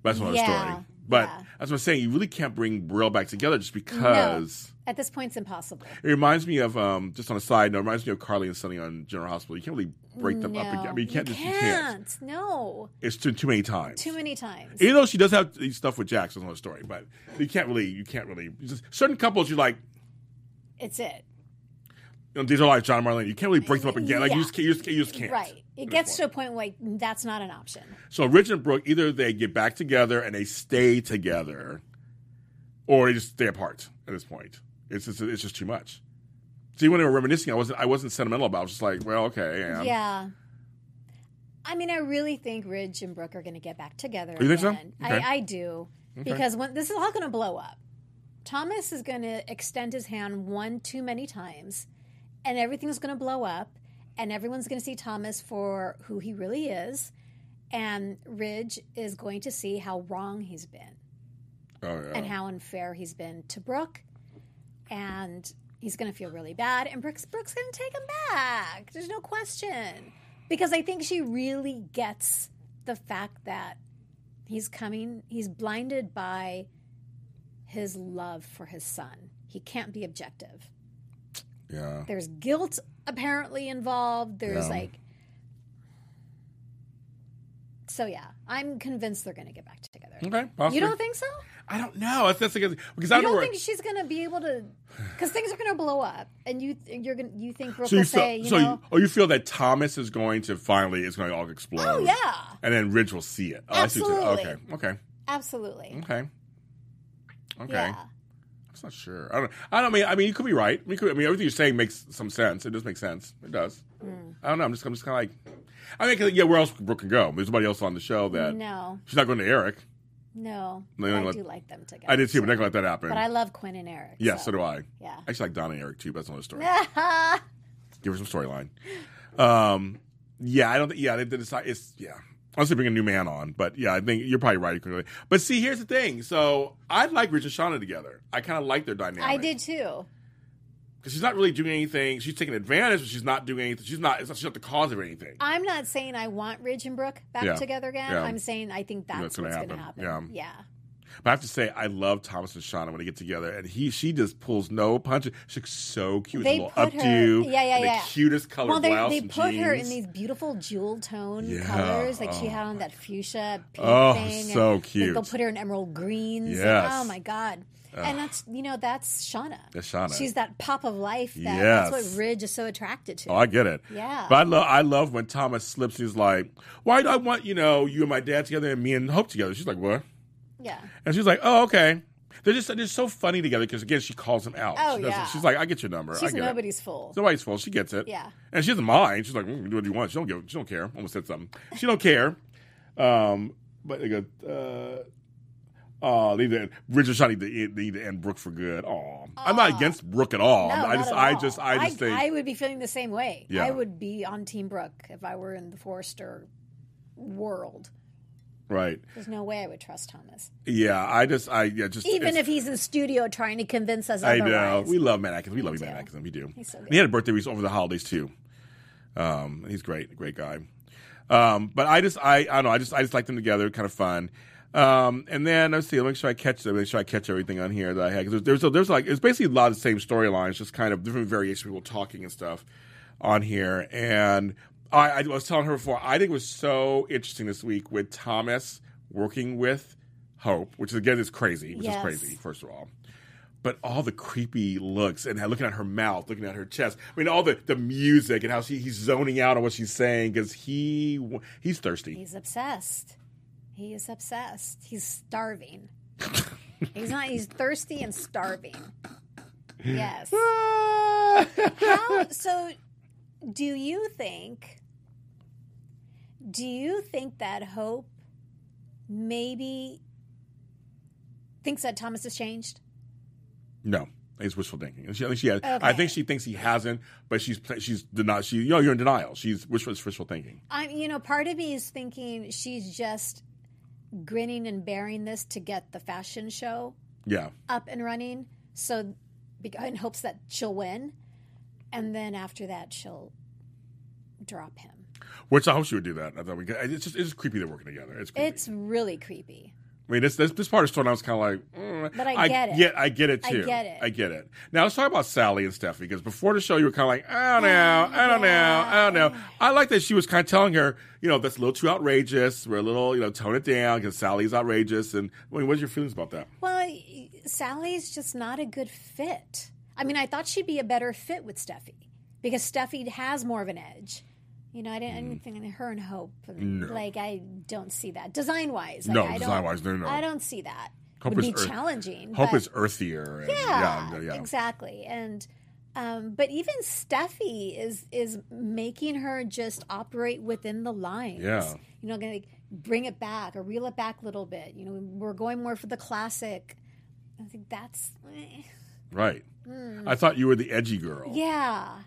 S2: that's another
S4: Yeah,
S2: story. But
S4: yeah.
S2: that's what I'm saying. You really can't bring Brill back together just because.
S4: At this point, it's impossible.
S2: It reminds me of, um, just on a side note, it reminds me of Carly and Sonny on General Hospital. You can't really break them
S4: no.
S2: up again. I mean, you can't just, you can't.
S4: can't. No.
S2: It's too, too many times.
S4: Too many times.
S2: Even though she does have stuff with Jack, so that's another story. But you can't really, you can't really. you Just, certain couples, you're like,
S4: It's it.
S2: you know, these are like John and Marlene. You can't really break them up again. Like you
S4: Yeah.
S2: just, can't- you just, can't- you just can't.
S4: Right. It gets to a point where that's not an option.
S2: So Rich and Brooke, either they get back together and they stay together, or they just stay apart at this point. It's just, it's just too much. See, when they were reminiscing, I wasn't I wasn't sentimental about. it. I was just like, well, okay, yeah.
S4: Yeah. I mean, I really think Ridge and Brooke are going to get back together.
S2: You think so?
S4: again.
S2: Okay.
S4: I, I do. Because when this is all going to blow up. Thomas is going to extend his hand one too many times, and everything's going to blow up, and everyone's going to see Thomas for who he really is. And Ridge is going to see how wrong he's been
S2: Oh, yeah.
S4: and how unfair he's been to Brooke. And he's going to feel really bad. And Brooke's, Brooke's going to take him back. There's no question. Because I think she really gets the fact that he's coming, he's blinded by his love for his son. He can't be objective.
S2: yeah.
S4: There's guilt apparently involved. There's
S2: Yeah.
S4: like So yeah, I'm convinced they're going to get back together.
S2: Okay,
S4: You
S2: possibly.
S4: don't think so?
S2: I don't know. It's that's because because I
S4: You
S2: know
S4: don't
S2: where.
S4: think she's going to be able to? Because things are going to blow up, and you you're going to you think Brooke
S2: so
S4: will
S2: you
S4: say,
S2: feel,
S4: you
S2: so
S4: know,
S2: you, oh, you feel that Thomas is going to finally is going to all explode.
S4: Oh, yeah.
S2: and then Ridge will see it. Oh, I see what you're saying.
S4: Absolutely.
S2: Okay, okay,
S4: absolutely,
S2: okay, okay.
S4: yeah.
S2: I'm just not sure. I don't. I don't mean. I mean, you could be right. You could, I mean, everything you're saying makes some sense. It does make sense. It does.
S4: Mm.
S2: I don't know. I'm just. I'm just kind of like. I mean, 'cause, yeah. Where else Brooke can go? There's nobody else on the show that
S4: No,
S2: she's not going to Eric.
S4: no,
S2: No,
S4: But
S2: you
S4: I
S2: don't Uh, let-
S4: do like them together.
S2: I did too, but not
S4: so-
S2: gonna let that happen.
S4: But I love Quinn and Eric.
S2: yeah, so. do I.
S4: Yeah.
S2: I actually like Donna and Eric too. But that's another story.
S4: I.
S2: Give her some storyline. Um, yeah, I don't. think Yeah, they, they decide. It's yeah. Unless they bring a new man on, but yeah, I think you're probably right. But see, here's the thing. So I like Rich and Shauna together. I kind of like their dynamic.
S4: I did too.
S2: because she's not really doing anything. She's taking advantage, but she's not doing anything. She's not. It's not, she's not the cause of anything.
S4: I'm not saying I want Ridge and Brooke back
S2: Yeah.
S4: together again.
S2: Yeah.
S4: I'm saying I think that's,
S2: That's gonna
S4: what's going to
S2: happen.
S4: happen.
S2: Yeah. But I have to say, I love Thomas and Shauna when they get together, and he she just pulls no punches. She's so cute.
S4: They
S2: a little
S4: put her-
S2: updo,
S4: yeah, yeah,
S2: and
S4: yeah.
S2: The cutest color
S4: Well, they,
S2: blouse.
S4: they
S2: and
S4: put her in
S2: jeans.
S4: these beautiful jewel tone
S2: Yeah.
S4: colors, like she had on that fuchsia pink
S2: Oh,
S4: thing. and,
S2: so
S4: like,
S2: cute.
S4: they'll put her in emerald greens. and-
S2: Yes.
S4: oh my god! And that's you know that's Shauna.
S2: That's Shauna.
S4: She's that pop of life. That,
S2: Yes.
S4: That's what Ridge is so attracted to.
S2: Oh, I get it.
S4: Yeah.
S2: But I love I love when Thomas slips. He's like, "Why do I want you know you and my dad together and me and Hope together?" She's like, "What?"
S4: yeah.
S2: And she's like, "Oh, okay." They're just they're so funny together because again, she calls him out.
S4: Oh,
S2: She doesn't-
S4: yeah.
S2: She's like, "I get your number. I
S4: She's
S2: get it."
S4: nobody's fool.
S2: It's nobody's fault. She gets it.
S4: Yeah.
S2: And she doesn't mind. She's like, mm, do what you want. She don't give. She don't care. Almost said something. She don't care. Um, but they go. Uh, Oh, they did. Richard Shaw need to, need to end Brooke for good. Oh, I'm not against Brooke at all.
S4: No,
S2: I
S4: not
S2: just,
S4: at
S2: I
S4: all.
S2: just, I just think
S4: I would be feeling the same way.
S2: Yeah.
S4: I would be on Team Brooke if I were in the Forrester world.
S2: right.
S4: There's no way I would trust Thomas,
S2: Yeah, I just, I yeah, just
S4: even
S2: it's-
S4: if he's in studio trying to convince us
S2: I
S4: otherwise.
S2: know we love Matt Atkins. We love you, Matt Atkins. We do.
S4: so
S2: And he had a birthday recently over the holidays too. Um, he's great, great guy. Um, but I just, I, I don't know. I just, I just like them together. Kind of fun. Um, and then let's see. Let me make sure I catch. Let me make sure I catch everything on here that I had. 'Cause there's, there's, there's like it's basically a lot of the same storylines, just kind of different variations, of people talking and stuff on here. And I, I was telling her before. I think it was so interesting this week with Thomas working with Hope, which is again is crazy, which is
S4: Yes.
S2: crazy first of all but all the creepy looks and looking at her mouth, looking at her chest. I mean, all the, the music and how she, he's zoning out on what she's saying because he w- he's thirsty.
S4: He's obsessed. He is obsessed. He's starving. he's not. He's thirsty and starving. Yes. How, so, do you think? Do you think that Hope maybe thinks that Thomas has changed?
S2: no, it's wishful thinking. And She, I, think she has, I
S4: Okay.
S2: think she thinks he hasn't, but she's pla- she's denial. She you know you're in denial. She's wishful it's wishful thinking.
S4: I, you know, part of me is thinking she's just grinning and bearing this to get the fashion show
S2: Yeah,
S4: up and running. So, be- in hopes that she'll win, and then after that she'll drop him.
S2: which I hope she would do that. I thought we could, it's just it's just creepy they're working together. It's creepy.
S4: It's really creepy.
S2: I mean, this this, this part of the storyline was kind of like. mm,
S4: But I get it.
S2: I get it
S4: I
S2: too.
S4: get it.
S2: I get it. Now let's talk about Sally and Stephanie because before the show you were kind of like, I don't know, I don't know, I don't know. I like that she was kind of telling her, you know, that's a little too outrageous. We're a little, you know, tone it down because Sally's outrageous. And I mean, what's your feelings about that?
S4: Well, y- Sally's just not a good fit. I mean, I thought she'd be a better fit with Steffi because Steffi has more of an edge. You know, I didn't, I
S2: Mm.
S4: didn't think her and Hope. Like, I don't see that design wise. Like,
S2: No,
S4: I don't-
S2: design-wise, no, no.
S4: I don't see that.
S2: Hope
S4: Would
S2: is
S4: be
S2: earth-
S4: challenging.
S2: Hope
S4: but-
S2: is earthier. And,
S4: yeah,
S2: yeah, yeah.
S4: exactly and um, but even Steffi is is making her just operate within the lines.
S2: Yeah.
S4: you know, gonna like, bring it back or reel it back a little bit. You know, we're going more for the classic. I think that's eh.
S2: Right. I thought you were the edgy girl.
S4: mm. yeah,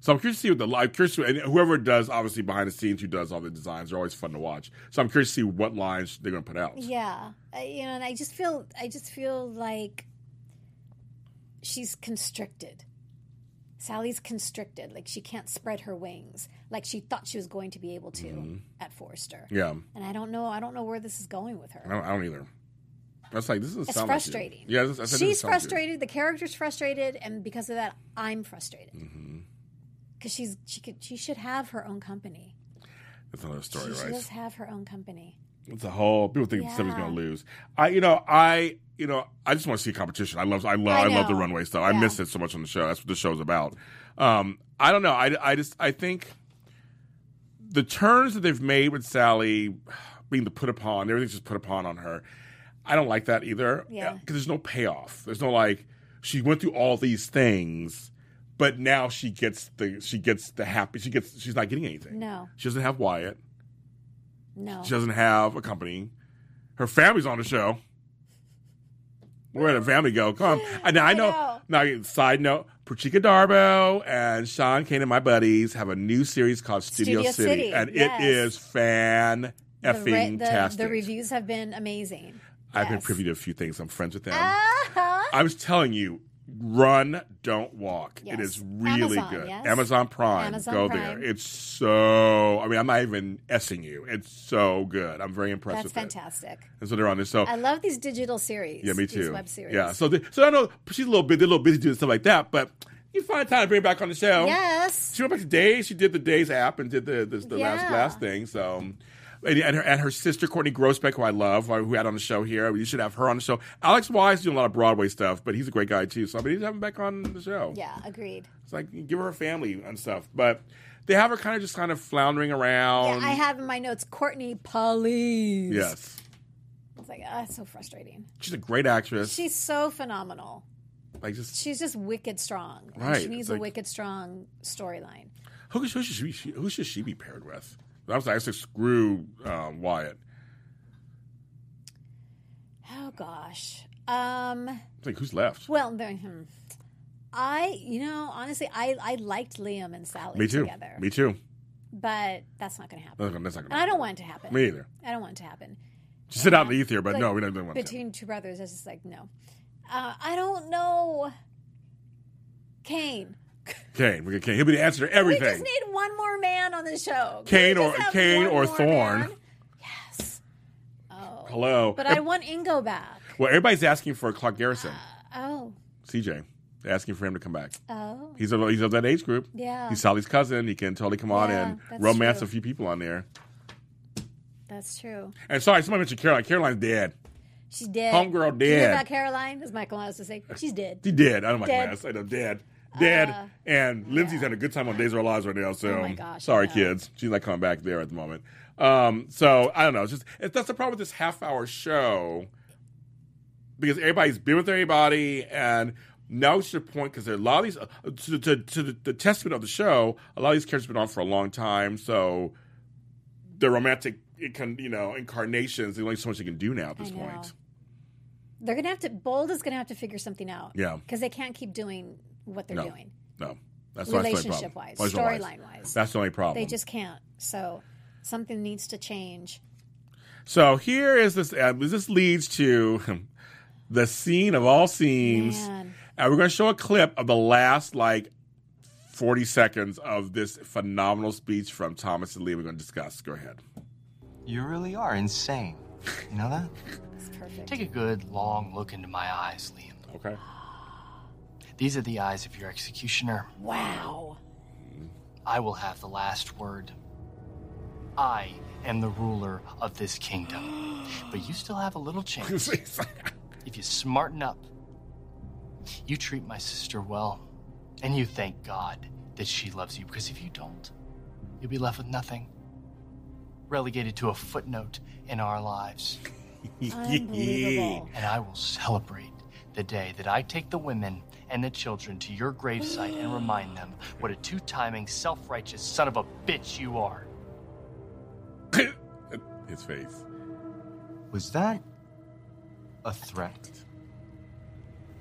S2: So I'm curious to see what the I'm curious to, and whoever does obviously behind the scenes who does all the designs are always fun to watch. So I'm curious to see what lines they're going to put out.
S4: yeah. I, you know, and I just feel I just feel like she's constricted. Sally's constricted, like she can't spread her wings, like she thought she was going to be able to
S2: Mm-hmm.
S4: at Forrester.
S2: Yeah.
S4: and I don't know. I don't know where this is going with
S2: I
S4: her.
S2: don't, I don't either. That's like this is
S4: It's frustrating.
S2: Yeah, this, I said,
S4: she's
S2: this sounds weird.
S4: frustrated. The character's frustrated, and because of that,
S2: Mm-hmm.
S4: I'm frustrated. Because she's she could she should have her own company.
S2: That's another story,
S4: She, she
S2: right?
S4: does have her own company.
S2: It's a whole people think somebody's
S4: Yeah.
S2: gonna lose. I you know, I you know, I just want to see competition. I love I love I,
S4: I
S2: love the
S4: know.
S2: runway stuff. I
S4: Yeah.
S2: miss it so much on the show. That's what the show's about. Um, I don't know. I, I just I think the turns that they've made with Sally being the put upon, everything's just put upon on her. I don't like that either.
S4: Yeah.
S2: Because there's no payoff. There's no like she went through all these things, but now she gets the she gets the happy she gets she's not getting anything.
S4: No,
S2: She doesn't have Wyatt.
S4: no.
S2: She doesn't have a company. Her family's on the show. Where did the family go? Come on. I, now, I
S4: I
S2: know.
S4: know.
S2: Now, side note: Prachika Darbo and Sean Kane and my buddies have a new series called Studio,
S4: Studio
S2: City,
S4: City,
S2: and
S4: yes.
S2: it is fan
S4: the, re-
S2: effing
S4: the,
S2: tastic.
S4: the reviews have been amazing.
S2: I've been
S4: yes.
S2: privy to a few things. I'm friends with them.
S4: Uh-huh.
S2: I was telling you, run, don't walk. It
S4: Yes.
S2: is really
S4: Amazon,
S2: good.
S4: yes.
S2: Amazon Prime.
S4: Amazon
S2: go
S4: Prime.
S2: there. It's so. I mean, I'm not even essing you. It's so good. I'm very impressed
S4: That's
S2: with it.
S4: fantastic.
S2: And so they're on this. So
S4: I love these digital series.
S2: yeah, me
S4: These
S2: too.
S4: web series.
S2: Yeah. So they, so I know she's a little bit, they're a little busy doing stuff like that, but you find time to bring her back on the show.
S4: Yes.
S2: She went back to Days. She did the Days app and did the the, the last
S4: Yeah.
S2: last thing. So. um, And, and her and her sister Courtney Grossbeck, who I love, who we had on the show here, you should have her on the show. Alex Wise doing a lot of Broadway stuff, but he's a great guy too. So I mean, he's having back on the show.
S4: Yeah, agreed.
S2: it's like you give her a family and stuff, but they have her kind of just kind of floundering around.
S4: I have in my notes Courtney Police.
S2: Um, Yes,
S4: It's like, ah, it's so frustrating.
S2: she's a great actress.
S4: She's so phenomenal.
S2: like just
S4: She's just wicked strong. And
S2: Right,
S4: She needs
S2: it's
S4: a
S2: like-
S4: wicked strong storyline.
S2: Who, who should she be? she- Who should she be paired with? I was like, I said, screw um, Wyatt.
S4: Oh gosh. Um.
S2: It's like, who's left?
S4: Well, there- hmm. I, you know, honestly, I I liked Liam and Sally
S2: Me too.
S4: together,
S2: Me too.
S4: but that's not going to happen.
S2: That's not gonna- that's not
S4: And
S2: gonna
S4: I don't want it to happen.
S2: Me either.
S4: I don't want it to happen.
S2: She sit out in the ether, but no, we don't, don't want to.
S4: Between two brothers, it's just like no. Uh, I don't know. Kane.
S2: Kane, we got Kane. He'll be the answer to
S4: We
S2: everything.
S4: just need one or man on the show.
S2: Kane
S4: Can we
S2: or
S4: just have
S2: Kane
S4: one
S2: or
S4: more
S2: Thorn.
S4: man? Yes. Oh.
S2: Hello.
S4: But I want Ingo back.
S2: well, everybody's asking for Clark Garrison,
S4: Oh.
S2: CJ. They're asking for him to come back.
S4: Oh.
S2: He's of, he's of that age group.
S4: Yeah.
S2: He's Sally's cousin. He can totally come on
S4: Yeah,
S2: and
S4: that's
S2: romance
S4: true.
S2: a few people on there.
S4: That's true.
S2: And sorry, somebody mentioned Caroline. Caroline's dead.
S4: She's dead.
S2: Homegirl
S4: Did you hear
S2: dead. Uh,
S4: about Caroline? As Michael loves to say, she's dead.
S2: She did. I don't like
S4: Dead. Uh,
S2: that. I know dead. Dead. and Lindsay's had a good time on Days of Our Lives right now. So
S4: Oh my gosh,
S2: sorry,
S4: I know.
S2: kids. She's not coming back there at the moment. Um, so I don't know. It's just it, that's the problem with this half hour show because everybody's been with everybody and. Now it's to the point because a lot of these, uh, to, to, to the, the testament of the show, a lot of these characters have been on for a long time. So the romantic, it can, you know, incarnations, there's only so much you can do now at this
S4: I know.
S2: point.
S4: They're gonna have to. Bold is gonna have to figure something out.
S2: Yeah.
S4: Because they can't keep doing what they're
S2: No.
S4: doing.
S2: No. That's why it's my problem.
S4: Relationship-wise,
S2: Relationship-wise.
S4: storyline-wise.
S2: That's the only problem.
S4: They just can't. So something needs to change.
S2: So here is this. Uh, this leads to the scene of all scenes,
S4: Man.
S2: and we're going to show a clip of the last like forty seconds of this phenomenal speech from Thomas and Lee. We're going to discuss. Go ahead.
S7: You really are insane. You know that?
S4: It's perfect.
S7: Take a good long look into my eyes, Liam.
S2: Okay.
S7: These are the eyes of your executioner.
S4: Wow.
S7: I will have the last word. I am the ruler of this kingdom. But you still have a little chance if you smarten up. You treat my sister well, and you thank God that she loves you, because if you don't, you'll be left with nothing, relegated to a footnote in our lives.
S4: Unbelievable.
S7: And I will celebrate the day that I take the women and the children to your gravesite and remind them what a two timing, self righteous son of a bitch you are.
S2: His face.
S7: Was that a threat?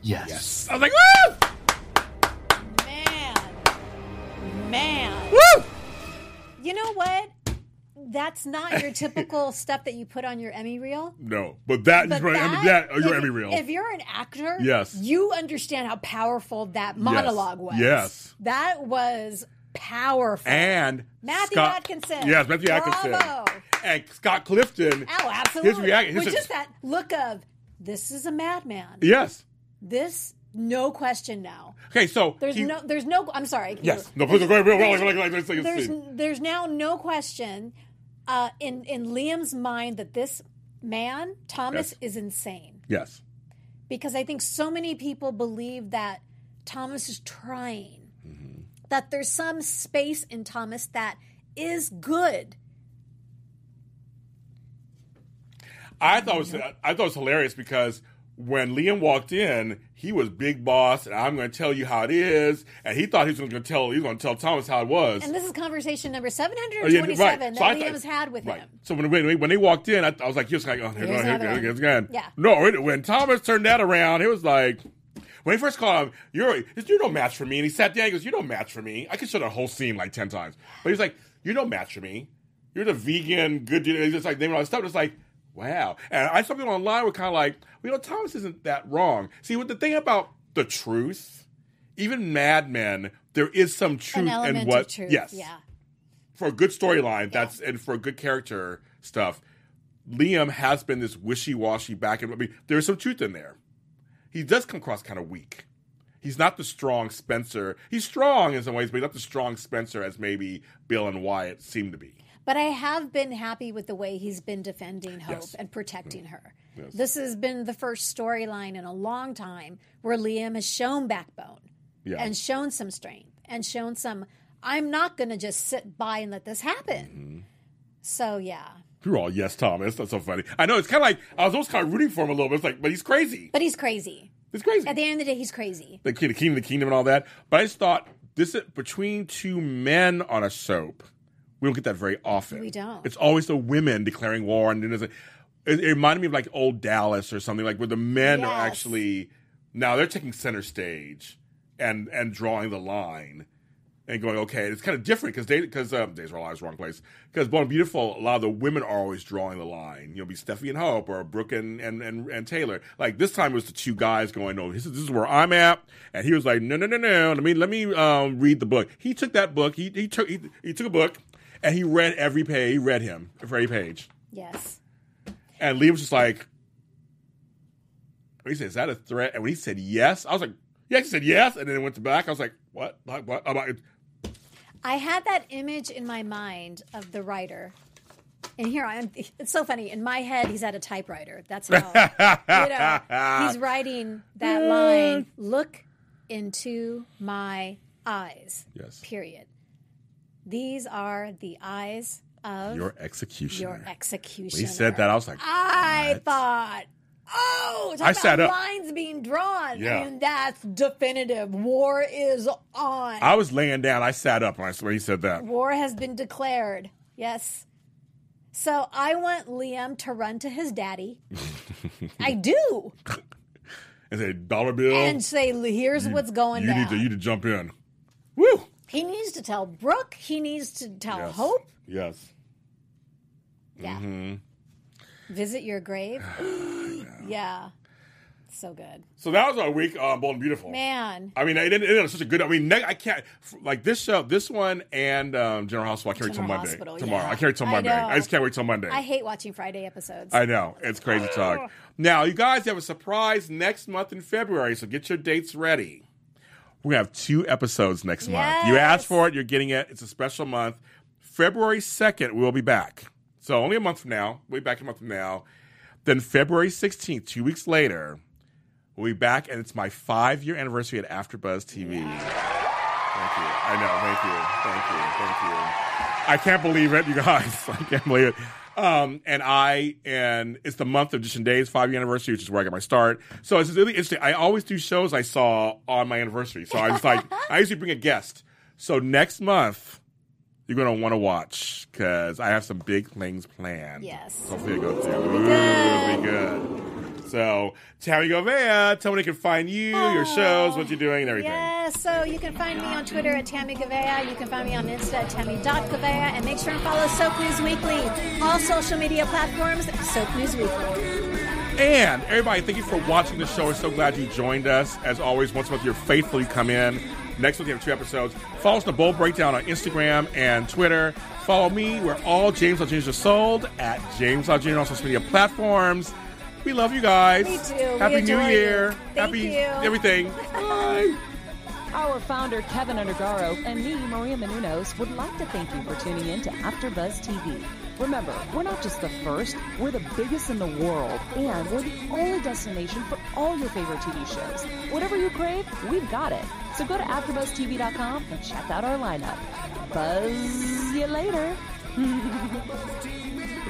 S7: Yes.
S2: I was like, woo,
S4: Man. Man.
S2: woo.
S4: You know what? That's not your typical stuff that you put on your Emmy reel.
S2: No, but that is
S4: But
S2: right. I mean, that oh, you're every real.
S4: If you're an actor,
S2: Yes.
S4: you understand how powerful that monologue was.
S2: Yes.
S4: that was powerful.
S2: and
S4: Matthew
S2: Scott,
S4: Atkinson.
S2: Yes, Matthew
S4: Bravo.
S2: Atkinson. And Scott Clifton.
S4: oh, absolutely.
S2: His reaction.
S4: Which
S2: his-
S4: is that look of this is a madman.
S2: Yes.
S4: This, no question now.
S2: Okay, so
S4: There's
S2: he-
S4: no, there's no. I'm sorry.
S2: Yes. No, please go ahead. Real, real, real, real, real, real, real, real,
S4: There's
S2: real.
S4: there's now no question uh, in in Liam's mind that this man Thomas
S2: Yes.
S4: is insane
S2: Yes.
S4: because I think so many people believe that Thomas is trying,
S2: Mm-hmm.
S4: that there's some space in Thomas that is good.
S2: I thought it was I thought it was hilarious because when Liam walked in, he was big boss, and I'm going to tell you how it is. And he thought he was going to tell he was going to tell Thomas how it was.
S4: And this is conversation number
S2: Oh, yeah,
S4: 727
S2: right.
S4: that
S2: So I thought-
S4: Liam's had with
S2: right.
S4: him.
S2: So when, when, when they walked in, I, I was like, just like, oh, here,
S4: Here's
S2: here,
S4: another
S2: here,
S4: one.
S2: here's again.
S4: Yeah.
S2: No, it, when Thomas turned that around, it was like, when he first called him, you're, you're no match for me. And he sat down and goes, you're no match for me. I could show the whole scene like 10 times. But he was like, you're no match for me. You're the vegan, good dude. And he's just like, naming all this stuff. It's like, wow. And I saw people online were kind of like, well, you know, Thomas isn't that wrong. See, what the thing about the truth, even Mad Men, there is some truth
S4: An
S2: in
S4: element
S2: what.
S4: of truth.
S2: Yes
S4: Yeah.
S2: for a good storyline, that's and for good character stuff, Liam has been this wishy washy back and I mean, there's some truth in there. He does come across kind of weak. He's not the strong Spencer. He's strong in some ways, but he's not the strong Spencer as maybe Bill and Wyatt seem to be.
S4: But I have been happy with the way he's been defending Hope
S2: Yes. Mm-hmm.
S4: and protecting her. This has been the first storyline in a long time where Liam has shown backbone
S2: Yeah.
S4: and shown some strength and shown some, I'm not going to just sit by and let this happen. So, yeah.
S2: You're all yes, Thomas. That's so funny. I know it's kind of like I was almost kind of rooting for him a little bit. It's like, but he's crazy.
S4: But he's crazy.
S2: He's crazy.
S4: At the end of the day, he's crazy.
S2: the King, the Kingdom, the Kingdom, and all that. But I just thought this is- between two men on a soap, we don't get that very often.
S4: We don't.
S2: It's always the women declaring war, and then there's a, it, it reminded me of like old Dallas or something, like where the men are
S4: Yes.
S2: actually now they're taking center stage and and drawing the line. And going okay, it's kind of different because they because um, days are always wrong place because Born Beautiful, a lot of the women are always drawing the line. You know, be Steffi and Hope or Brooke and and and, and Taylor. Like this time it was the two guys going, no, this is, this is where I'm at, and he was like, no, no, no, no. Let me let me um, read the book. He took that book. He he took he, he took a book and he read every page. He read him for every page,
S4: Yes.
S2: and Lee was just like, he said, "Is that a threat?" And when he said yes, I was like, "Yeah," he said yes, and then it went to back. I was like, "What? Like, what?" I'm like,
S4: I had that image in my mind of the writer. And here I am. It's so funny. In my head, he's at a typewriter. That's how you know, Oh, he's writing that line. Look into my eyes.
S2: Yes.
S4: Period. These are the eyes of your,
S2: Your execution.
S4: execution.
S2: He said that. I was like,
S4: I
S2: "What?"
S4: thought, oh, talk
S2: I sat
S4: about
S2: up.
S4: lines being drawn.
S2: Yeah.
S4: I mean, that's definitive. War is on.
S2: I was laying down. I sat up when I when he said that.
S4: War has been declared. Yes. So I want Liam to run to his daddy. I do.
S2: And said, "Dollar bill."
S4: And say, here's what's going
S2: you
S4: down.
S2: need to you need to jump in. Woo.
S4: he needs to tell Brooke. He needs to tell
S2: Yes.
S4: Hope.
S2: Yes.
S4: Yeah.
S2: Mm-hmm.
S4: Visit your grave. yeah. So good.
S2: So that was our week on Bold and Beautiful.
S4: Man.
S2: I mean, it ended, it ended on such a good. I mean, ne- I can't f- like this show, this one, and um, General Hospital. I can't wait till
S4: General
S2: Monday.
S4: Hospital,
S2: tomorrow,
S4: yeah.
S2: I can't wait till
S4: I
S2: Monday. I,
S4: know.
S2: just can't wait till Monday.
S4: I hate watching Friday episodes.
S2: I know. It's crazy talk. Now, you guys have a surprise next month in February, so get your dates ready. We're going to have two episodes next month. You asked for it, you're getting it. It's a special month. February 2nd, we'll be back. So, only a month from now. We'll be back a month from now. Then, February 16th, two weeks later, we'll be back, and it's my five year anniversary at AfterBuzz TV. Thank you. I know. Thank you. Thank you. Thank you. I can't believe it, you guys. I can't believe it. Um, and I and it's the month of Edition Days five year anniversary, which is where I got my start. So it's really interesting. I always do shows I saw on my anniversary. So I was like, I usually bring a guest. So next month, you're gonna want to watch because I have some big things planned.
S4: Yes.
S2: Hopefully, it goes through. Ooh, it'll be good. So Tammy Govea, tell me they can find you, your shows, what you're doing, and everything.
S4: Yes, so you can find me on Twitter at Tammy Gavea. You can find me on Insta at Tammy.Gavea. And make sure and follow Soap News Weekly. All social media platforms, Soap News Weekly.
S2: And everybody, thank you for watching the show. We're so glad you joined us. As always, once a month, you're faithful. You come in. Next week, we have two episodes. Follow us on the Bold Breakdown on Instagram and Twitter. Follow me. We're all James Algenius are sold at James Algenius on social media platforms. We love you guys.
S4: We do. We
S2: Happy New
S4: adore you.
S2: Year.
S4: Thank
S2: Happy
S4: you.
S2: everything. Bye.
S8: Our founder, Kevin Undergaro, and me, Maria Menounos, would like to thank you for tuning in to AfterBuzz TV. Remember, we're not just the first, we're the biggest in the world, and we're the only destination for all your favorite TV shows. Whatever you crave, we've got it. So go to AfterBuzzTV.com and check out our lineup. Buzz you later.
S2: The